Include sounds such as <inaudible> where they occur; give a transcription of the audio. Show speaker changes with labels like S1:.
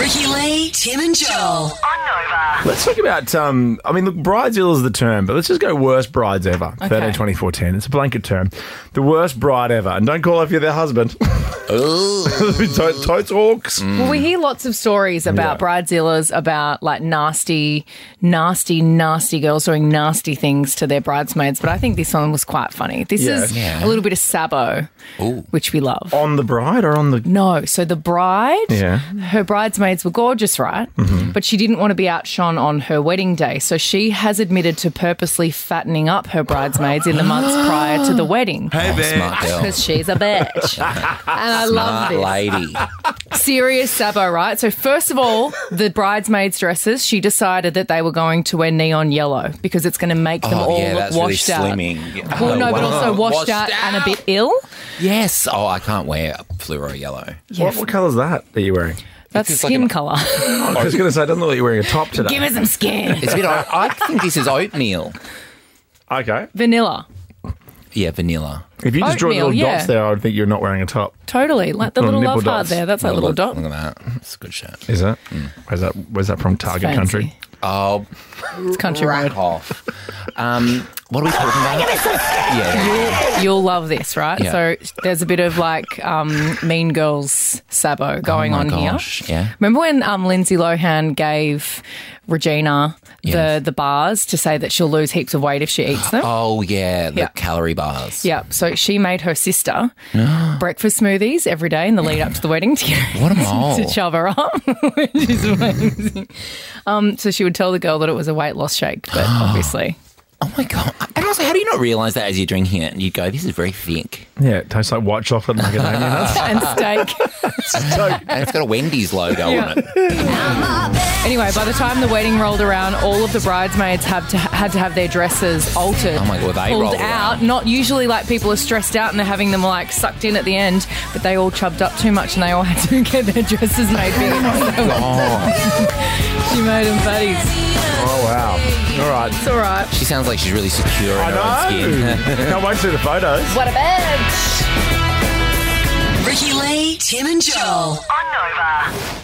S1: Jackie, Tim, and Joel.
S2: Let's talk about. Um, I mean, look, bridezilla is the term, but let's just go worst brides ever. Okay. 13, 20, 14. It's a blanket term. The worst bride ever. And don't call if you're their husband. <laughs> Totes totes orcs.
S3: Well, we hear lots of stories about bridezillas, about like nasty, nasty, nasty girls doing nasty things to their bridesmaids. But I think this one was quite funny. This
S2: Yeah.
S3: is a little bit of sabo, which we love.
S2: On the bride or on the.
S3: No, so the bride,
S2: Yeah. Mm-hmm.
S3: her bridesmaids were gorgeous, right? But she didn't want to be outshone on her wedding day. So she has admitted to purposely fattening up her bridesmaids in the months prior to the wedding.
S4: Oh, smart girl.
S3: Because she's
S2: <laughs>
S3: a bitch. and I love
S4: Smart
S3: this.
S4: lady.
S3: Serious Sabo, right? So, first of all, the bridesmaids' dresses, she decided that they were going to wear neon yellow because it's going to make them
S4: Oh,
S3: all
S4: yeah,
S3: look
S4: that's really
S3: washed out.
S4: slimming.
S3: Well, no, but also washed,
S4: Washed
S3: out, and a
S4: out.
S3: bit ill.
S4: Yes. Oh, I can't wear fluoro yellow.
S2: What, what colour's that that you're wearing?
S3: That's
S4: It's like
S3: skin
S4: an- <laughs>
S3: colour.
S2: I was going to say, it doesn't look like you're wearing a top today.
S3: Give her some skin.
S4: It's a bit. I, I think this is oatmeal.
S2: okay.
S3: Vanilla.
S4: Yeah, vanilla.
S2: If you just draw
S3: Oatmeal,
S2: little
S3: yeah.
S2: dots there, I would think you're not wearing a top.
S3: Totally. Like the
S2: Little
S3: little,
S2: nipple
S3: love heart
S2: dots.
S3: there. That's that little
S4: look,
S3: dot.
S4: Look at that. It's a good shirt.
S2: Is it? Mm. Where's that? Where's that from? Target
S3: Fancy.
S2: country.
S4: Oh,
S3: It's country road.
S4: rack off. Um, what are we talking about? yeah.
S3: You'll love this, right?
S4: Yeah.
S3: So there's a bit of like um, Mean Girls sabo going
S4: Oh my
S3: on
S4: gosh,
S3: here.
S4: yeah.
S3: Remember when um, Lindsay Lohan gave Regina
S4: Yes.
S3: the the bars to say that she'll lose heaps of weight if she eats
S4: <gasps>
S3: them?
S4: Oh, yeah. The
S3: Yeah.
S4: calorie bars.
S3: Yeah, so she made her
S4: <gasps>
S3: sister breakfast smoothies every day in the lead up to the wedding <laughs> to,
S4: What a mole.
S3: to shove her up, <laughs> which is amazing. Um, so she would tell the girl that it was a weight loss shake,
S4: <gasps>
S3: but obviously
S4: Oh my god! And also, how do you not realize that as you're drinking it? And you go, "This is
S3: <laughs>
S4: very thick,"
S2: Yeah, it tastes like white chocolate <laughs> macadamia nuts.
S3: and steak.
S4: and it's got a Wendy's logo on it.
S3: Anyway, by the time the wedding rolled around, all of the bridesmaids have to, had to have their dresses altered.
S4: Oh my God, they
S3: pulled
S4: rolled
S3: out.
S4: around.
S3: Not usually like people are stressed out and they're having them like sucked in at the end, but they all chubbed up too much and they all had to <laughs> get their dresses made big.
S4: <laughs> Oh,
S3: <laughs> she made them fatties.
S2: Oh wow! All right.
S3: It's all right.
S4: she sounds like she's really secure in
S2: I
S4: her own
S2: know.
S4: skin.
S2: Can't wait to see the photos.
S3: What a bitch.
S1: Ricky Lay, Tim, and Joel.
S5: on Nova.